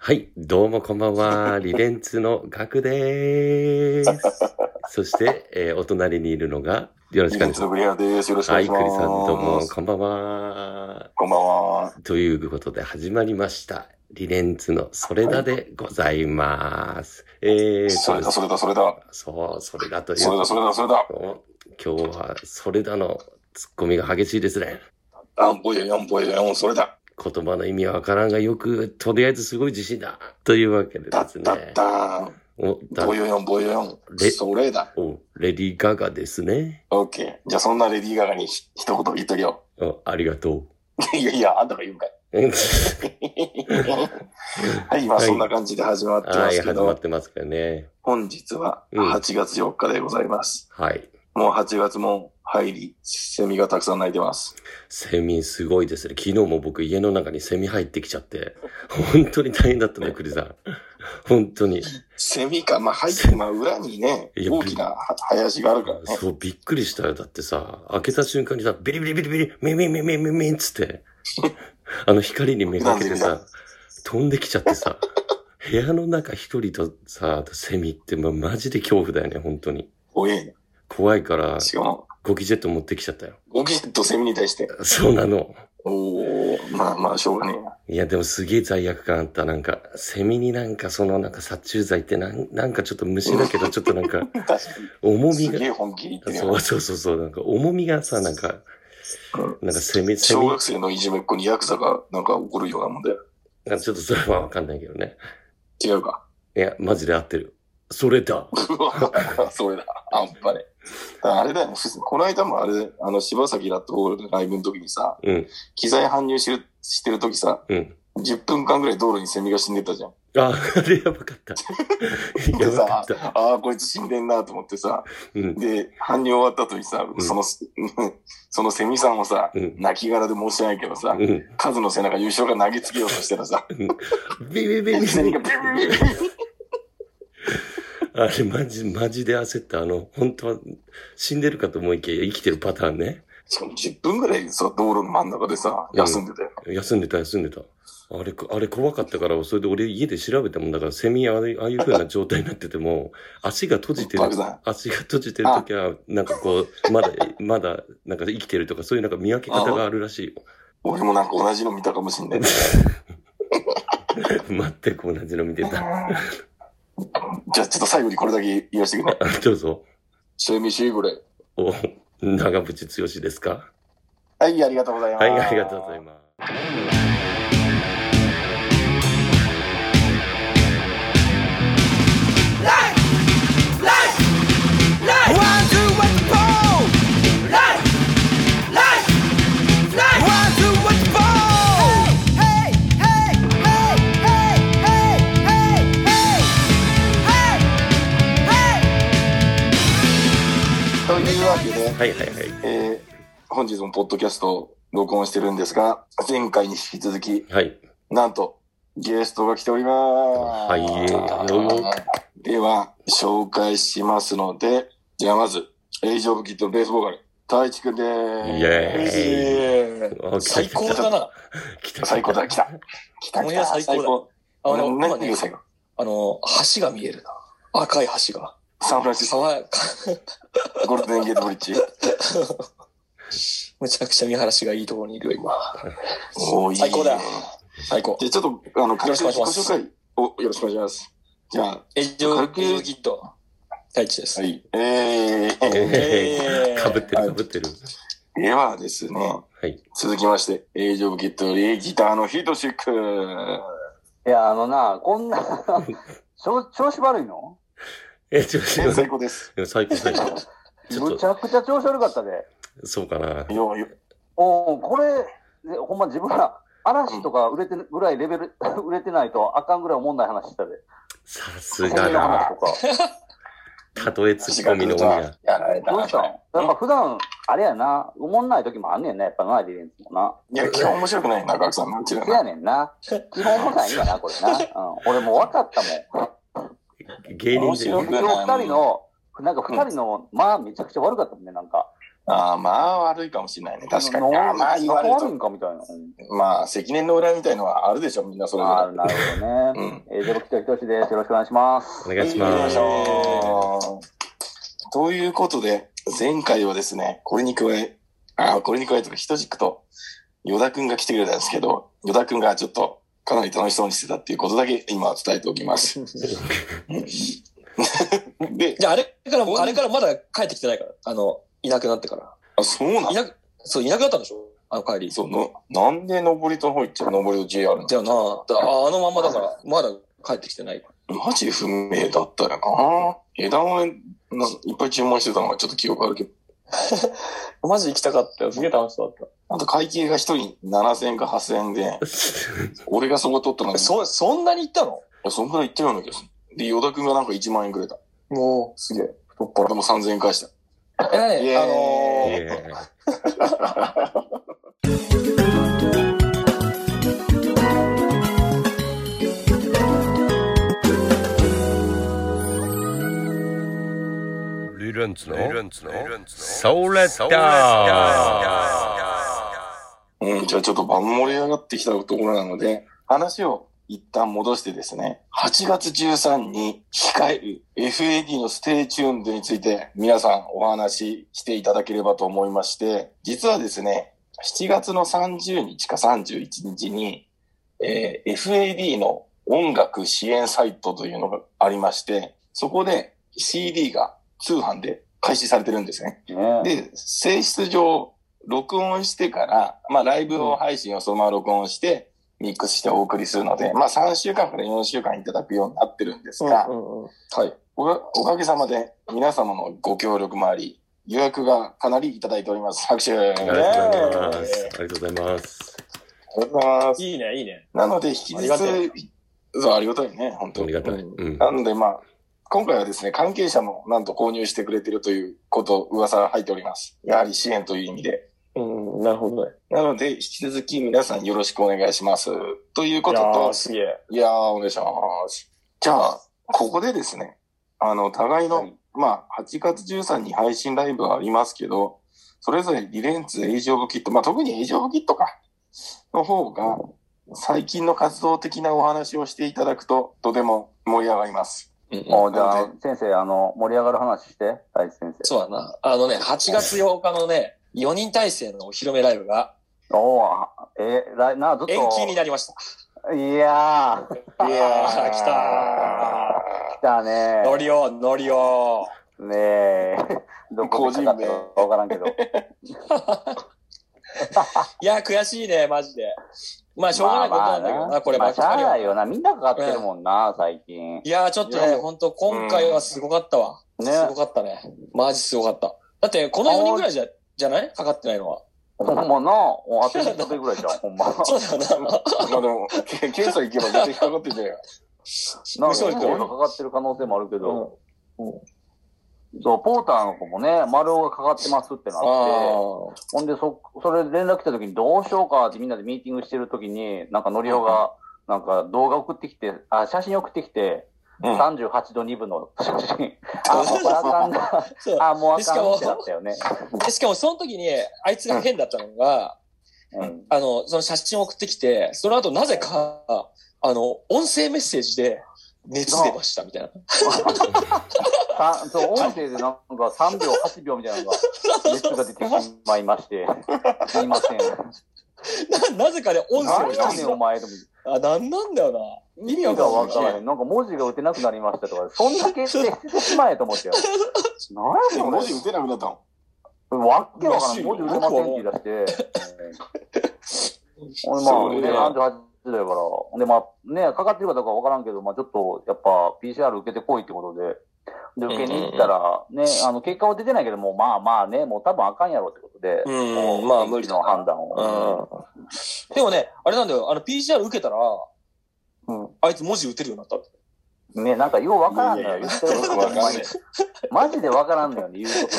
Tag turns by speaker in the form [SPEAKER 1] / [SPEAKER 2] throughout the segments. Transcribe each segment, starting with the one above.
[SPEAKER 1] はい、どうもこんばん は。リベンツのガクでー す。そして、えーお隣にいるのが、よろしくお願いしま
[SPEAKER 2] ブリアです。よろし
[SPEAKER 1] す。
[SPEAKER 2] くお
[SPEAKER 1] は
[SPEAKER 2] 願い
[SPEAKER 1] い、
[SPEAKER 2] し
[SPEAKER 1] ク
[SPEAKER 2] ます。
[SPEAKER 1] リさんどうも、こんばんは。
[SPEAKER 2] こんばんは。
[SPEAKER 1] ということで始まりました。リベンツのそれだでございます。えー、
[SPEAKER 2] それだ、それだ、それだ。
[SPEAKER 1] そう、それだという。
[SPEAKER 2] それだ、それだ、それだ。
[SPEAKER 1] お今日は、それだのツッコミが激しいですね。
[SPEAKER 2] あんぽや、やんぽや、やん、それだ。
[SPEAKER 1] 言葉の意味はわからんがよく、とりあえずすごい自信だ。というわけで
[SPEAKER 2] だ
[SPEAKER 1] で
[SPEAKER 2] っ
[SPEAKER 1] す
[SPEAKER 2] たっ
[SPEAKER 1] ね。
[SPEAKER 2] たん。
[SPEAKER 1] おだ
[SPEAKER 2] ぼよよん、ぼよよ
[SPEAKER 1] レ
[SPEAKER 2] ん。それだ。
[SPEAKER 1] おレディー・ガガですね。
[SPEAKER 2] オッケー。じゃあ、そんなレディーガガにひ一言言っとけよ。
[SPEAKER 1] おありがと
[SPEAKER 2] いやいや、あんたが言うん かい。
[SPEAKER 1] う。うん
[SPEAKER 2] はい、今、
[SPEAKER 1] はい
[SPEAKER 2] そんな感じで始まってま
[SPEAKER 1] はい、
[SPEAKER 2] すけ
[SPEAKER 1] 始ま
[SPEAKER 2] ど
[SPEAKER 1] っ、てますからね。
[SPEAKER 2] 本日は
[SPEAKER 1] うん
[SPEAKER 2] 8月4日でございます。
[SPEAKER 1] はい。
[SPEAKER 2] もう8月も入り、セミがたくさん鳴いてます。
[SPEAKER 1] セミすごいですね。昨日も僕家の中にセミ入ってきちゃって、本当に大変だったね、クリさん。本当に。
[SPEAKER 2] セミか、まあ、入って、まあ、裏にね、
[SPEAKER 1] いや
[SPEAKER 2] 大きな林があるからね。
[SPEAKER 1] そう、びっくりしたよ。だってさ、開けた瞬間にさ、ビリビリビリビリ、ミンミンミンミンミンミンっつって、あの光に目がけてさ、飛んできちゃってさ、部屋の中一人とさ、セミって、ま、マジで恐怖だよね、本当に。
[SPEAKER 2] 怖え
[SPEAKER 1] 怖いから
[SPEAKER 2] な。、しかも、
[SPEAKER 1] ゴキジェット持ってきちゃったよ。
[SPEAKER 2] ゴキジェットセミに対して。
[SPEAKER 1] そうなの。
[SPEAKER 2] おお、まあまあ、しょうがねえな。
[SPEAKER 1] いや、でもすげえ罪悪感あった。なんか、セミになんかそのなんか殺虫剤ってなんなんかちょっと虫だけど、ちょっとなん か
[SPEAKER 2] 確か
[SPEAKER 1] 重
[SPEAKER 2] に。
[SPEAKER 1] み
[SPEAKER 2] すげ
[SPEAKER 1] が、
[SPEAKER 2] え本気で言ってる
[SPEAKER 1] そ
[SPEAKER 2] よ
[SPEAKER 1] う。そうそうそう、なんか重みがさ、なんか、
[SPEAKER 2] うん
[SPEAKER 1] なんかセミ、セミ
[SPEAKER 2] 小学生のいじめっ子にヤクザがなんか怒るようなもんだよ。
[SPEAKER 1] なんかちょっとそれはわかんないけどね。
[SPEAKER 2] 違うか。
[SPEAKER 1] いや、マジで合ってる。それだ。
[SPEAKER 2] うわそれだ。あんぱね。だからあれだよね。ふこの間もあれ、あの、柴崎ラットホールのライブの時にさ、
[SPEAKER 1] うん、
[SPEAKER 2] 機材搬入してる、してる時さ、
[SPEAKER 1] うん。
[SPEAKER 2] 10分間ぐらい道路にセミが死んでたじゃん。
[SPEAKER 1] あ、あれやばかった。 や
[SPEAKER 2] で
[SPEAKER 1] ばか
[SPEAKER 2] さ
[SPEAKER 1] っ、た。
[SPEAKER 2] ああ、こいつ死んでんなと思ってさ、
[SPEAKER 1] うん、
[SPEAKER 2] で、搬入終わった後にさ、
[SPEAKER 1] ん
[SPEAKER 2] その、 そのセミさんをさ、
[SPEAKER 1] うん、
[SPEAKER 2] 泣き殻で申し訳ないけどさ
[SPEAKER 1] う、ん。
[SPEAKER 2] カズの背中優勝が投げつけようとしてたさ、
[SPEAKER 1] ビビビビ
[SPEAKER 2] セミ
[SPEAKER 1] ビ
[SPEAKER 2] が。ビュービュービュービュー
[SPEAKER 1] あれ、マジ、マジで焦った。あの、本当は死んでるかと思いきや生きてるパターンね。
[SPEAKER 2] しかも10分ぐらいさ、道路の真ん中でさ、
[SPEAKER 1] うん
[SPEAKER 2] 休んでたよ。
[SPEAKER 1] 休んでた、休んでた。あれ、あれ怖かったから、それで俺家で調べたもんだから、セミあれああいう風な状態になってても、 足が閉じてる
[SPEAKER 2] 爆弾。
[SPEAKER 1] 足が閉じてるときは、なんかこう、まだ、まだ、なんか生きてるとか、そういうなんか見分け方があるらしいよ。
[SPEAKER 2] 俺もなんか同じの見たかもしんない。
[SPEAKER 1] 全く同じの見てた。
[SPEAKER 2] じゃあちょっと最後にこれだけ言わせてくれ。
[SPEAKER 1] どうぞ。
[SPEAKER 2] セミシーブレ。
[SPEAKER 1] お、長渕剛ですか
[SPEAKER 2] はい、ありがとうございます。
[SPEAKER 1] はい、ありがとうございます。
[SPEAKER 3] One, two, what the ball? Life, life, life. One, two, what the ball? Hey, hey, hey, hey, hey, hey, hey, hey, hey, hey.
[SPEAKER 2] というわけで、
[SPEAKER 1] はい、はい、はい。
[SPEAKER 2] えー本日もポッドキャストを録音してるんですが、前回に引き続き、
[SPEAKER 1] はい。
[SPEAKER 2] なんと、ゲストが来ております。
[SPEAKER 1] はいよよ
[SPEAKER 2] では、紹介しますので、じゃあまず、エイジオブキッドベースボーカル、太一くんで
[SPEAKER 1] イエ
[SPEAKER 2] ーす。
[SPEAKER 4] ええ
[SPEAKER 1] あ
[SPEAKER 4] 最高だ。な。
[SPEAKER 1] 来た来た
[SPEAKER 2] 最高だ、来た。来た、
[SPEAKER 4] お
[SPEAKER 2] 来
[SPEAKER 4] や
[SPEAKER 2] た、
[SPEAKER 4] 最高
[SPEAKER 2] 最
[SPEAKER 4] だ
[SPEAKER 2] 高。
[SPEAKER 4] あ
[SPEAKER 2] 俺
[SPEAKER 4] の、
[SPEAKER 2] 何
[SPEAKER 4] 今
[SPEAKER 2] て言
[SPEAKER 4] ね
[SPEAKER 2] う、最後。
[SPEAKER 4] あの、橋が見えるな。赤い橋が。
[SPEAKER 2] サンフランシスコ、
[SPEAKER 4] 爽やか。
[SPEAKER 2] ゴールデンゲートブリッジ。
[SPEAKER 4] むちゃくちゃ見晴らしがいいところにいるよ、今。
[SPEAKER 2] おーいい
[SPEAKER 4] 最高だよ最高。
[SPEAKER 2] じゃあちょっと、あの、軽く
[SPEAKER 4] よ
[SPEAKER 2] 自
[SPEAKER 4] ろし
[SPEAKER 2] 己
[SPEAKER 4] くお願いします
[SPEAKER 2] 紹介をよろしくお願いします。じゃあ、
[SPEAKER 4] エジオブギット。太一です。
[SPEAKER 2] はい。えー、
[SPEAKER 1] え
[SPEAKER 4] え
[SPEAKER 1] ー
[SPEAKER 4] ー
[SPEAKER 1] かぶってる、かぶってる。
[SPEAKER 2] ではですね、
[SPEAKER 1] はい。
[SPEAKER 2] 続きまして、エイジオブキッドよりギターのヒートシック。
[SPEAKER 5] いや、あのな、こんな、調調子悪いの
[SPEAKER 1] え、ちょっと
[SPEAKER 2] え最高です。
[SPEAKER 1] 最高、最 高。ちょ
[SPEAKER 5] む
[SPEAKER 1] っ
[SPEAKER 5] ちゃくちゃ調子悪かったで。
[SPEAKER 1] と、そうかな。
[SPEAKER 2] よよ
[SPEAKER 5] おうこれ、ねほんま自分ら、嵐とか売れてるぐらいレベル、 売れてないとあかんぐらいおもんない話してたで。
[SPEAKER 1] さ
[SPEAKER 5] そ
[SPEAKER 1] す
[SPEAKER 5] んな
[SPEAKER 1] がだ。
[SPEAKER 5] 話とか。
[SPEAKER 1] たとえツッコミの鬼が。
[SPEAKER 2] やられた
[SPEAKER 5] どう
[SPEAKER 2] な。
[SPEAKER 5] したんやっぱ普段、あれやな、おもんない時もあんねんな、やっぱな、リレンスもな。
[SPEAKER 2] いや、今日面白くないな、ガクさん。なんちゅう
[SPEAKER 5] せ
[SPEAKER 2] の
[SPEAKER 5] やねんな。基本おもんないんやな、これな。うん、俺もう分かった も
[SPEAKER 1] 芸人
[SPEAKER 2] 面白
[SPEAKER 1] で
[SPEAKER 2] い。
[SPEAKER 5] ん。今日二人の、なんか二人の、まあめちゃくちゃ悪かったもんね、なんか。
[SPEAKER 2] ああ、まあ悪いかもしれないね。確かに。あ
[SPEAKER 5] な
[SPEAKER 2] あまあ言われる
[SPEAKER 5] 仲悪い
[SPEAKER 2] と。
[SPEAKER 5] んかみたいな。
[SPEAKER 2] まあ、積年の裏みたいのはあるでしょ、みんなそれぞ
[SPEAKER 5] ああ、
[SPEAKER 2] れ。
[SPEAKER 5] なるほどね。えー、ゼロキトひとしです。よろしくお願いします。
[SPEAKER 1] お願いしま
[SPEAKER 2] し
[SPEAKER 1] す。
[SPEAKER 2] ょう。ということで、前回はですね、これに加え、あ、これに加えとか、ひとじくと、ヨダくんが来てくれたんですけど、ヨダくんがちょっと、かなり楽しそうにしてたっていうことだけ今伝えておき ます。で、
[SPEAKER 4] じゃあ、あれからも、あれからまだ帰ってきてないから。あの、いなくなってから。
[SPEAKER 2] あそうないの
[SPEAKER 4] なく、そう、いなくなったんでしょあの帰り。
[SPEAKER 2] そうの、なんで登りとの方行っちゃう登りと JR な
[SPEAKER 4] だよなだああのまんまだから、まだ帰ってきてない。
[SPEAKER 2] のマジ不明だったよな枝豆ないっぱい注文してたのがちょっと記憶あるけど、
[SPEAKER 4] マジ行きたかったよ。すげえ楽しそうだっ
[SPEAKER 2] あと会計が一人7000円か8000円で、俺がそこ取ったのに、
[SPEAKER 4] た。
[SPEAKER 2] そ
[SPEAKER 4] そ、そんなに行ったの
[SPEAKER 2] そんぐらい言ってないんだけど。で、ヨ田くんがなんか1万円くれた。
[SPEAKER 4] もう、すげえ。
[SPEAKER 2] 太っ腹でも3000円返した。
[SPEAKER 4] え
[SPEAKER 2] イエーイ
[SPEAKER 4] あの
[SPEAKER 1] イエ
[SPEAKER 4] ー、
[SPEAKER 1] ーイルルンツのソーレッダ
[SPEAKER 2] うん、じゃあちょっと晩盛り上がってきたところなので、話を一旦戻してですね、8月13に控える FAD のステイチューンドについて皆さんお話ししていただければと思いまして、実はですね、7月の30日か31日に、えー FAD の音楽支援サイトというのがありまして、そこで CD が通販で開始されてるんですね。
[SPEAKER 5] ね
[SPEAKER 2] で、性質上、録音してから、まあ、ライブを配信をそのまま録音して、ミックスしてお送りするので、まあ、3週間から4週間いただくようになってるんですが、
[SPEAKER 4] うんうんうん。はい。
[SPEAKER 2] おかおかげさまで、皆様のご協力もあり、予約がかなりいただいております。拍手あり
[SPEAKER 1] ーありがとうございます。ありがとうございます。
[SPEAKER 2] がとうございます。
[SPEAKER 4] いいね、いいね。
[SPEAKER 2] なので、引き
[SPEAKER 4] あ
[SPEAKER 2] 続
[SPEAKER 4] りがたい
[SPEAKER 2] き、そう、ありがたいね、本当
[SPEAKER 1] ありがたい。
[SPEAKER 2] うん
[SPEAKER 1] うん。
[SPEAKER 2] なので、まあ、今回はですね、関係者もなんと購入してくれてるということ、噂が入っております。やはり支援という意味で。
[SPEAKER 4] うん、なるほどね。
[SPEAKER 2] なので、引き続き皆さんよろしくお願いします。ということ
[SPEAKER 4] いや
[SPEAKER 2] と
[SPEAKER 4] ー、すげえ。
[SPEAKER 2] いやー、お願いします。じゃあ、ここでですね、あの、互いの、
[SPEAKER 4] はい
[SPEAKER 2] まあ、8月13に配信ライブはありますけど、それぞれリレンツ、エイジオブキット、まあ、特にエイジオブキットか、の方が、最近の活動的なお話をしていただくと、とても盛り上がり ます。
[SPEAKER 4] うんうん
[SPEAKER 5] もうじゃあ
[SPEAKER 2] なの、
[SPEAKER 5] 先生、あの、盛り上がる話して、大地先生。
[SPEAKER 4] そうだな。あのね、8月8日のね、4人体制のお披露目ライブが
[SPEAKER 5] おお、えー、来な、ずっと。
[SPEAKER 4] 延期になりました。
[SPEAKER 5] いやー、
[SPEAKER 2] で
[SPEAKER 4] い やー、来た
[SPEAKER 5] 来たね
[SPEAKER 4] ー。乗りよ、乗りよ。
[SPEAKER 5] ー。ね え。どこでかかったかわからんけど。
[SPEAKER 4] いやー、悔しいね、マジで。まあ、しょうがないことなんだけどな、これ
[SPEAKER 5] ま
[SPEAKER 4] ば
[SPEAKER 5] あ、
[SPEAKER 4] っ
[SPEAKER 5] しゃ
[SPEAKER 4] か
[SPEAKER 5] あ
[SPEAKER 4] り
[SPEAKER 5] な
[SPEAKER 4] はい
[SPEAKER 5] よな。みんなかかってるもんな、最近。
[SPEAKER 4] いやー、ちょっと
[SPEAKER 2] い
[SPEAKER 4] ね、
[SPEAKER 2] や
[SPEAKER 4] ほんと、今回はすごかったわ。
[SPEAKER 5] ね
[SPEAKER 4] すごかったね。マジすごかった。だって、この4人ぐらいじゃ、じゃないかかってないのは。
[SPEAKER 5] ほんまな、おあと一人ぐらいじゃん、ほんま。
[SPEAKER 4] そうだよな。
[SPEAKER 2] まあでも、け検査行けば絶対引っかかってんじゃんよ。
[SPEAKER 5] なん
[SPEAKER 4] 嘘
[SPEAKER 5] か、
[SPEAKER 4] でし
[SPEAKER 5] ポー
[SPEAKER 4] ょ
[SPEAKER 5] がかかってる可能性もあるけど、
[SPEAKER 4] うん
[SPEAKER 5] そう、ポーターの子もね、丸尾がかかってますってなっ
[SPEAKER 4] あ
[SPEAKER 5] て、
[SPEAKER 4] ー
[SPEAKER 5] ほんで、そ、それ連絡来た時にどうしようかってみんなでミーティングしてる時に、なんかのりおが、なんか動画送ってきて、あ、写真送ってきて、
[SPEAKER 2] うん
[SPEAKER 5] 38度2分の写真。あ、もうこれあか んな。
[SPEAKER 4] そう
[SPEAKER 5] あ、もうあ
[SPEAKER 4] でし
[SPEAKER 5] か
[SPEAKER 4] か
[SPEAKER 5] ん
[SPEAKER 4] も
[SPEAKER 5] ってなったよね。
[SPEAKER 4] でしかも、その時に、あいつが変だったのが、
[SPEAKER 5] うん。
[SPEAKER 4] あの、その写真を送ってきて、その後なぜか、あの、音声メッセージで、熱出ましたみたいな。
[SPEAKER 5] さそう、音声でなんか3秒、8秒みたいなのが、熱が出てしまいまして、すいません。
[SPEAKER 4] な、なぜかね、音声
[SPEAKER 5] 何
[SPEAKER 4] で
[SPEAKER 5] やねん、お前。でも
[SPEAKER 4] あ、なんなんだよな。意味
[SPEAKER 5] 意
[SPEAKER 4] わ
[SPEAKER 5] 味
[SPEAKER 4] か
[SPEAKER 5] が
[SPEAKER 4] んない
[SPEAKER 5] わからへん。なんか文字が打てなくなりましたとか、そんだけしてしてしまえと思ってよ。
[SPEAKER 2] で
[SPEAKER 5] 何
[SPEAKER 2] も
[SPEAKER 5] や
[SPEAKER 2] 文
[SPEAKER 5] そ
[SPEAKER 2] 字打てなくなったの
[SPEAKER 5] れ。わっけわから
[SPEAKER 4] らし
[SPEAKER 5] ん。
[SPEAKER 4] い
[SPEAKER 5] 文字打てませんって言い出して。ほんで、
[SPEAKER 2] そうね
[SPEAKER 5] まあ、で、38度やから。ほんで、まあ、ね、かかってるかどうかわからんけど、まあ、ちょっと、やっぱ、PCR 受けてこいってことで。で、受けに行ったら、ね、あの、結果は出てないけども、まあまあね、もう多分あかんやろってことで。
[SPEAKER 4] うん、まあ無理だ
[SPEAKER 5] の判
[SPEAKER 4] な。
[SPEAKER 5] 断を。
[SPEAKER 4] うん。でもね、あれなんだよ、あの PCR 受けたら、
[SPEAKER 2] うん
[SPEAKER 4] あいつ文字打てるようになった。
[SPEAKER 5] ね、なんかようわからんの
[SPEAKER 2] いや
[SPEAKER 5] よ。
[SPEAKER 2] い
[SPEAKER 5] 言
[SPEAKER 2] や
[SPEAKER 5] ってるこ と
[SPEAKER 2] よくわか
[SPEAKER 5] ほん
[SPEAKER 2] んな
[SPEAKER 5] ま
[SPEAKER 2] い
[SPEAKER 5] に。 マジでわからんのよね、言うこ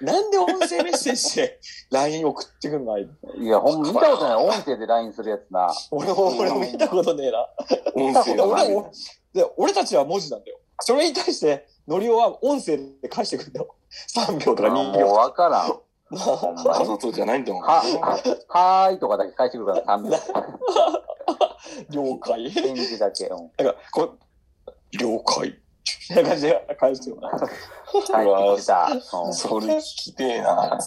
[SPEAKER 5] とが。
[SPEAKER 4] なんで音声メッセージで LINE 送ってくんのあいつ
[SPEAKER 5] いや、ほんま、見たことない。音声で LINE するやつな。
[SPEAKER 4] 俺も、俺も見たことねえな。
[SPEAKER 2] 音声がない
[SPEAKER 4] 俺もで俺たちは文字なんだよ。それに対して、ノリオは音声で返してくんだよ。3秒とか
[SPEAKER 5] も
[SPEAKER 4] 2
[SPEAKER 5] う
[SPEAKER 4] 秒。
[SPEAKER 5] わからん。ほんま
[SPEAKER 2] わ
[SPEAKER 5] に
[SPEAKER 2] ざとじゃないんだもん。
[SPEAKER 5] は、はーいとかだけ返してくるから、勘弁。
[SPEAKER 4] 了解。
[SPEAKER 5] 返事だけ。うん
[SPEAKER 4] なんか、こう、了解。みたいな感じで返すよな。
[SPEAKER 5] 返ってきた。うん
[SPEAKER 2] それ聞きてえな。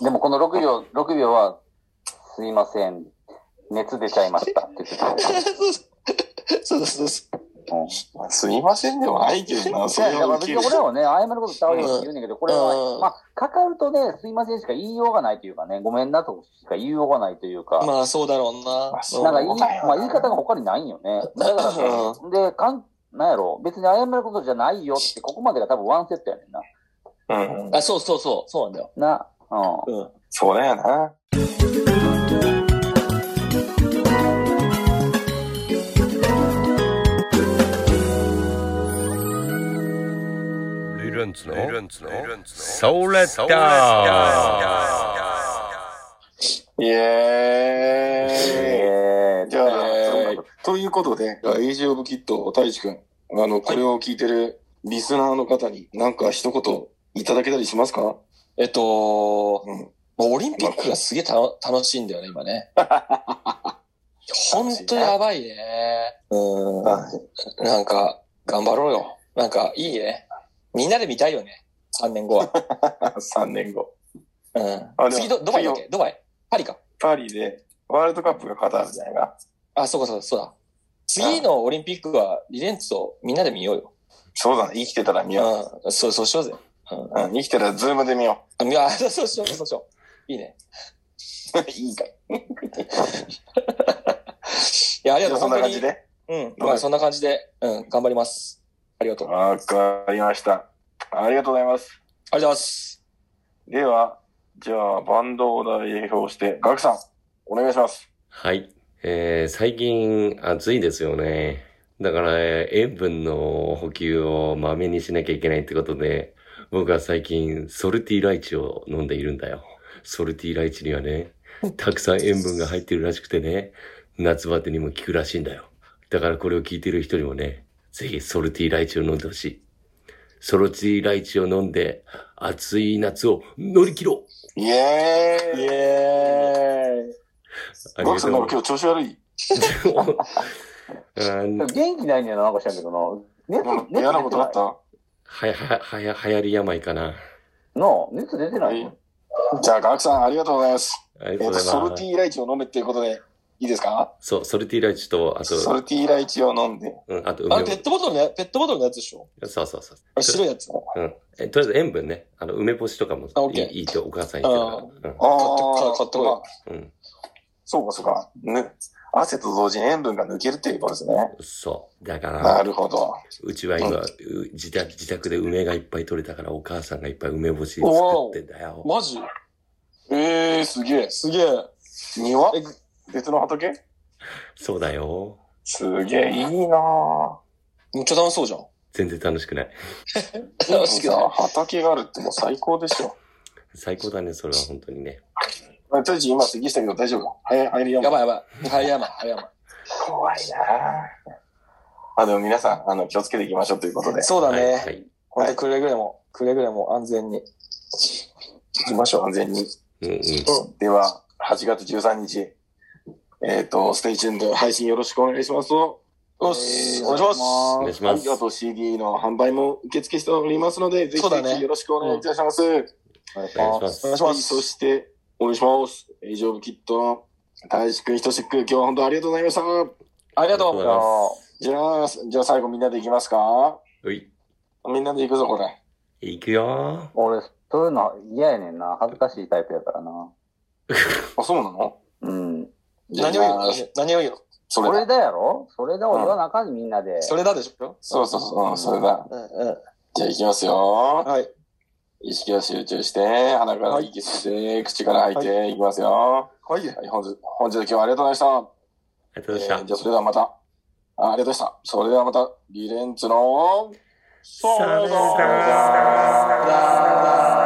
[SPEAKER 5] でもこの6秒、6秒は、すいません。熱出ちゃいましたって言ってた。
[SPEAKER 4] そうそうそう。
[SPEAKER 5] うん
[SPEAKER 2] まあすいませんでも ないけどな、そ
[SPEAKER 5] い
[SPEAKER 2] れ
[SPEAKER 5] やま
[SPEAKER 2] は
[SPEAKER 5] あ
[SPEAKER 2] 受け
[SPEAKER 5] 別に
[SPEAKER 2] る。
[SPEAKER 5] 俺らはね、謝ることちゃうよって言うねんだけど、これは、
[SPEAKER 4] うん
[SPEAKER 5] まあ、かかるとね、すいませんしか言いようがないというかね、ごめんなとしか言いようがないというか、
[SPEAKER 4] まあ、そうだろうな。
[SPEAKER 2] あそう
[SPEAKER 5] なんかいい、
[SPEAKER 2] そうだよな
[SPEAKER 5] まあ言い方が他にないんよね。だから、で、かん、なんやろ、別に謝ることじゃないよって、ここまでが多分ワンセットやねんな。
[SPEAKER 2] うん。
[SPEAKER 4] あ、そうそうそう。そうなんだよ。
[SPEAKER 5] な、うん。
[SPEAKER 4] うん。
[SPEAKER 2] そうだよな。
[SPEAKER 1] リランツの、リランツの、ソーレッダ
[SPEAKER 2] イエーイ。
[SPEAKER 5] えー、
[SPEAKER 2] じゃあ
[SPEAKER 5] そうか、
[SPEAKER 2] ということで、エイジオブキット、大地くん、あの、これを聞いてるリスナーの方に、なんか一言いただけたりします か
[SPEAKER 4] えっと、
[SPEAKER 2] うん。
[SPEAKER 4] もうオリンピックがすげえたの楽しいんだよね、今 ね。ほんとやばいね。うん。なんか、頑張ろうよ。なんか、いいね。みんなで見たいよね。3年後は。
[SPEAKER 2] 3年後。
[SPEAKER 4] う
[SPEAKER 2] あ
[SPEAKER 4] ん。
[SPEAKER 2] でも
[SPEAKER 4] 次ど、ドバイだっけドバイパリか。
[SPEAKER 2] パリで、ワールドカップがカタールじゃないか。
[SPEAKER 4] あ、そうかそうか、そうだ。次のオリンピックは、リレンツをみんなで見ようよ。
[SPEAKER 2] そうだね、生きてたら見よ
[SPEAKER 4] うん。そう、そうしようぜ。うん
[SPEAKER 2] う。うん、生きてたらズームで見よ
[SPEAKER 4] あみ。あ、 そうしよう、そうしよう。いいね。
[SPEAKER 2] う。 いいかい。
[SPEAKER 4] いや、あり
[SPEAKER 2] じゃ
[SPEAKER 4] がと
[SPEAKER 2] あ
[SPEAKER 4] う。
[SPEAKER 2] そんな感じで。
[SPEAKER 4] 本当に。うん。まあ、そんな感じで、うん、頑張ります。ありがとう。あり
[SPEAKER 2] わかりました。ありがとうございます。
[SPEAKER 4] がとうございます。
[SPEAKER 2] では、じゃあ、バンドを代表して、ガクさん、お願いします。
[SPEAKER 1] ーはい。えー、最近暑いですよね。だから、えー塩分の補給をまめにしなきゃいけないってことで、僕は最近ソルティライチを飲んでいるんだよ。ソルティライチにはね、たくさん塩分が入ってるらしくてね、夏バテにも効くらしいんだよ。だからこれを聞いてる人にもね、ぜひソルティライチを飲んでほしい。ソルティライチを飲んで、暑い夏を乗り切ろう
[SPEAKER 2] イエーイ
[SPEAKER 4] イエーイ。
[SPEAKER 1] あり
[SPEAKER 2] ガ
[SPEAKER 1] が
[SPEAKER 2] ク
[SPEAKER 1] と
[SPEAKER 2] さん、
[SPEAKER 1] う
[SPEAKER 2] なんか今日調子悪い。
[SPEAKER 1] うん
[SPEAKER 5] 元気ないんやな、なんかしたけどな。熱、
[SPEAKER 2] なんか
[SPEAKER 5] 熱
[SPEAKER 2] 嫌な
[SPEAKER 5] 出
[SPEAKER 2] こ
[SPEAKER 5] て
[SPEAKER 2] とあ
[SPEAKER 5] な
[SPEAKER 2] っ
[SPEAKER 5] い。
[SPEAKER 2] た
[SPEAKER 1] はや、はや、はや、流行り病かな。
[SPEAKER 5] の、熱出てない
[SPEAKER 2] じゃあ、ガクさん、ありがとうございます。
[SPEAKER 1] あり
[SPEAKER 2] え
[SPEAKER 1] がとう
[SPEAKER 2] っと、
[SPEAKER 1] ござ
[SPEAKER 2] ソ
[SPEAKER 1] い
[SPEAKER 2] ル
[SPEAKER 1] ま
[SPEAKER 2] テ
[SPEAKER 1] す。
[SPEAKER 2] ィーライチを飲めっていうことで、いいですか
[SPEAKER 1] そう、ソルティライチと、あ
[SPEAKER 2] ソ
[SPEAKER 1] と、
[SPEAKER 2] ルティーライチを飲んで。
[SPEAKER 1] うん、あと梅
[SPEAKER 4] あれ、
[SPEAKER 1] を
[SPEAKER 4] ペットボトルのや、ペットボトルのやつでしょ
[SPEAKER 1] そうそうそう。
[SPEAKER 4] あれ白いやつ。
[SPEAKER 1] うん。え、とりあえず塩分ね。あの、梅干しとかも
[SPEAKER 4] あオッ
[SPEAKER 1] い
[SPEAKER 4] ケ
[SPEAKER 1] い
[SPEAKER 4] ー
[SPEAKER 1] いいってお母さん言ってたから。
[SPEAKER 2] ああ
[SPEAKER 4] って買ってこいよ
[SPEAKER 1] うん。うん。
[SPEAKER 2] そうか、そうか。ぬ汗と同時に塩分が抜けるっていうことですね。
[SPEAKER 1] そう。だか
[SPEAKER 2] な
[SPEAKER 1] ら、
[SPEAKER 2] るほど。
[SPEAKER 1] うちは今、う自宅、自宅で梅がいっぱい取れたから、お母さんがいっぱい梅干し作ってんだよ。
[SPEAKER 4] マジ
[SPEAKER 2] ええー、すげえ。
[SPEAKER 4] すげえ。
[SPEAKER 2] 庭
[SPEAKER 4] え
[SPEAKER 2] 別の畑
[SPEAKER 1] そうだよ。
[SPEAKER 2] すげえ、いいなぁ。
[SPEAKER 4] めっちゃ楽しそうじゃん。
[SPEAKER 1] 全然楽しくない。
[SPEAKER 4] 楽しく ない
[SPEAKER 2] さ畑があるってもう最高でしょ。
[SPEAKER 1] 最高だね、それは本当にね。
[SPEAKER 2] あとりあえず今過ぎしたけど大丈夫早い、入りや
[SPEAKER 4] や
[SPEAKER 2] ばい。
[SPEAKER 4] ばいやばい。早いやばい、早いや
[SPEAKER 2] 怖いなあ、でも皆さん、あの、気をつけていきましょうということ
[SPEAKER 4] ば
[SPEAKER 2] で
[SPEAKER 4] い。。そうだ
[SPEAKER 1] はい。は
[SPEAKER 4] ね。
[SPEAKER 1] い。
[SPEAKER 4] ほんとくれぐれも、くれぐれも安全に。
[SPEAKER 2] 行きましょう、安全に。
[SPEAKER 1] うんうん。
[SPEAKER 2] では、8月13日、えっ、と、ステイチューンで配信よろしくお願いしますと。
[SPEAKER 4] よし、
[SPEAKER 2] えー
[SPEAKER 4] お願いします。
[SPEAKER 1] お願いし
[SPEAKER 2] は
[SPEAKER 1] ま
[SPEAKER 2] い、
[SPEAKER 1] す
[SPEAKER 2] あ。と CD の販売も受付しておりますので、ぜひ
[SPEAKER 4] そうだね
[SPEAKER 2] ぜひよろしくお願いいたします。
[SPEAKER 5] お願いし
[SPEAKER 1] お願いし
[SPEAKER 5] ま。
[SPEAKER 1] ますす
[SPEAKER 4] お。願いし
[SPEAKER 2] は
[SPEAKER 4] ま
[SPEAKER 2] い、そ
[SPEAKER 4] す。
[SPEAKER 2] して、お願いします。以上、キット、大志くん、ひとしくん、今日は本当ありがとうございました。
[SPEAKER 4] ありがとう。
[SPEAKER 1] ありがとうござい
[SPEAKER 5] じゃ
[SPEAKER 1] ま
[SPEAKER 5] あ、
[SPEAKER 2] じゃあ、じゃあ最後みんなで行きますか
[SPEAKER 1] うい。
[SPEAKER 2] みんなで行くぞ、これ。
[SPEAKER 1] いくよ
[SPEAKER 5] 俺、そういうの嫌やねんな。恥ずかしいタイプやからな。
[SPEAKER 2] あ、そうなの
[SPEAKER 5] うん。
[SPEAKER 4] 何を言うの何を言うの
[SPEAKER 2] そ
[SPEAKER 5] そ
[SPEAKER 2] れ
[SPEAKER 5] れ
[SPEAKER 2] だ。
[SPEAKER 5] だやろそれだを言わなあかん、みんなで。
[SPEAKER 4] それだでしょ
[SPEAKER 2] そうそうそう、うん、それだ。
[SPEAKER 4] うんうん。
[SPEAKER 2] じゃあ行きますよ。
[SPEAKER 4] はい。
[SPEAKER 2] 意識を集中して、鼻から息吸って、口から吐いて、い、きますよ。
[SPEAKER 4] はい。
[SPEAKER 2] はい、本日、本日は今日はありがとうございま
[SPEAKER 1] ありがとうご
[SPEAKER 2] し
[SPEAKER 1] ざい
[SPEAKER 2] た。
[SPEAKER 1] ま
[SPEAKER 2] え
[SPEAKER 1] し
[SPEAKER 2] ーじゃあそれではまた。あありがとうございました。それではまた、リレンツの、
[SPEAKER 1] た。さよなら
[SPEAKER 2] さよなら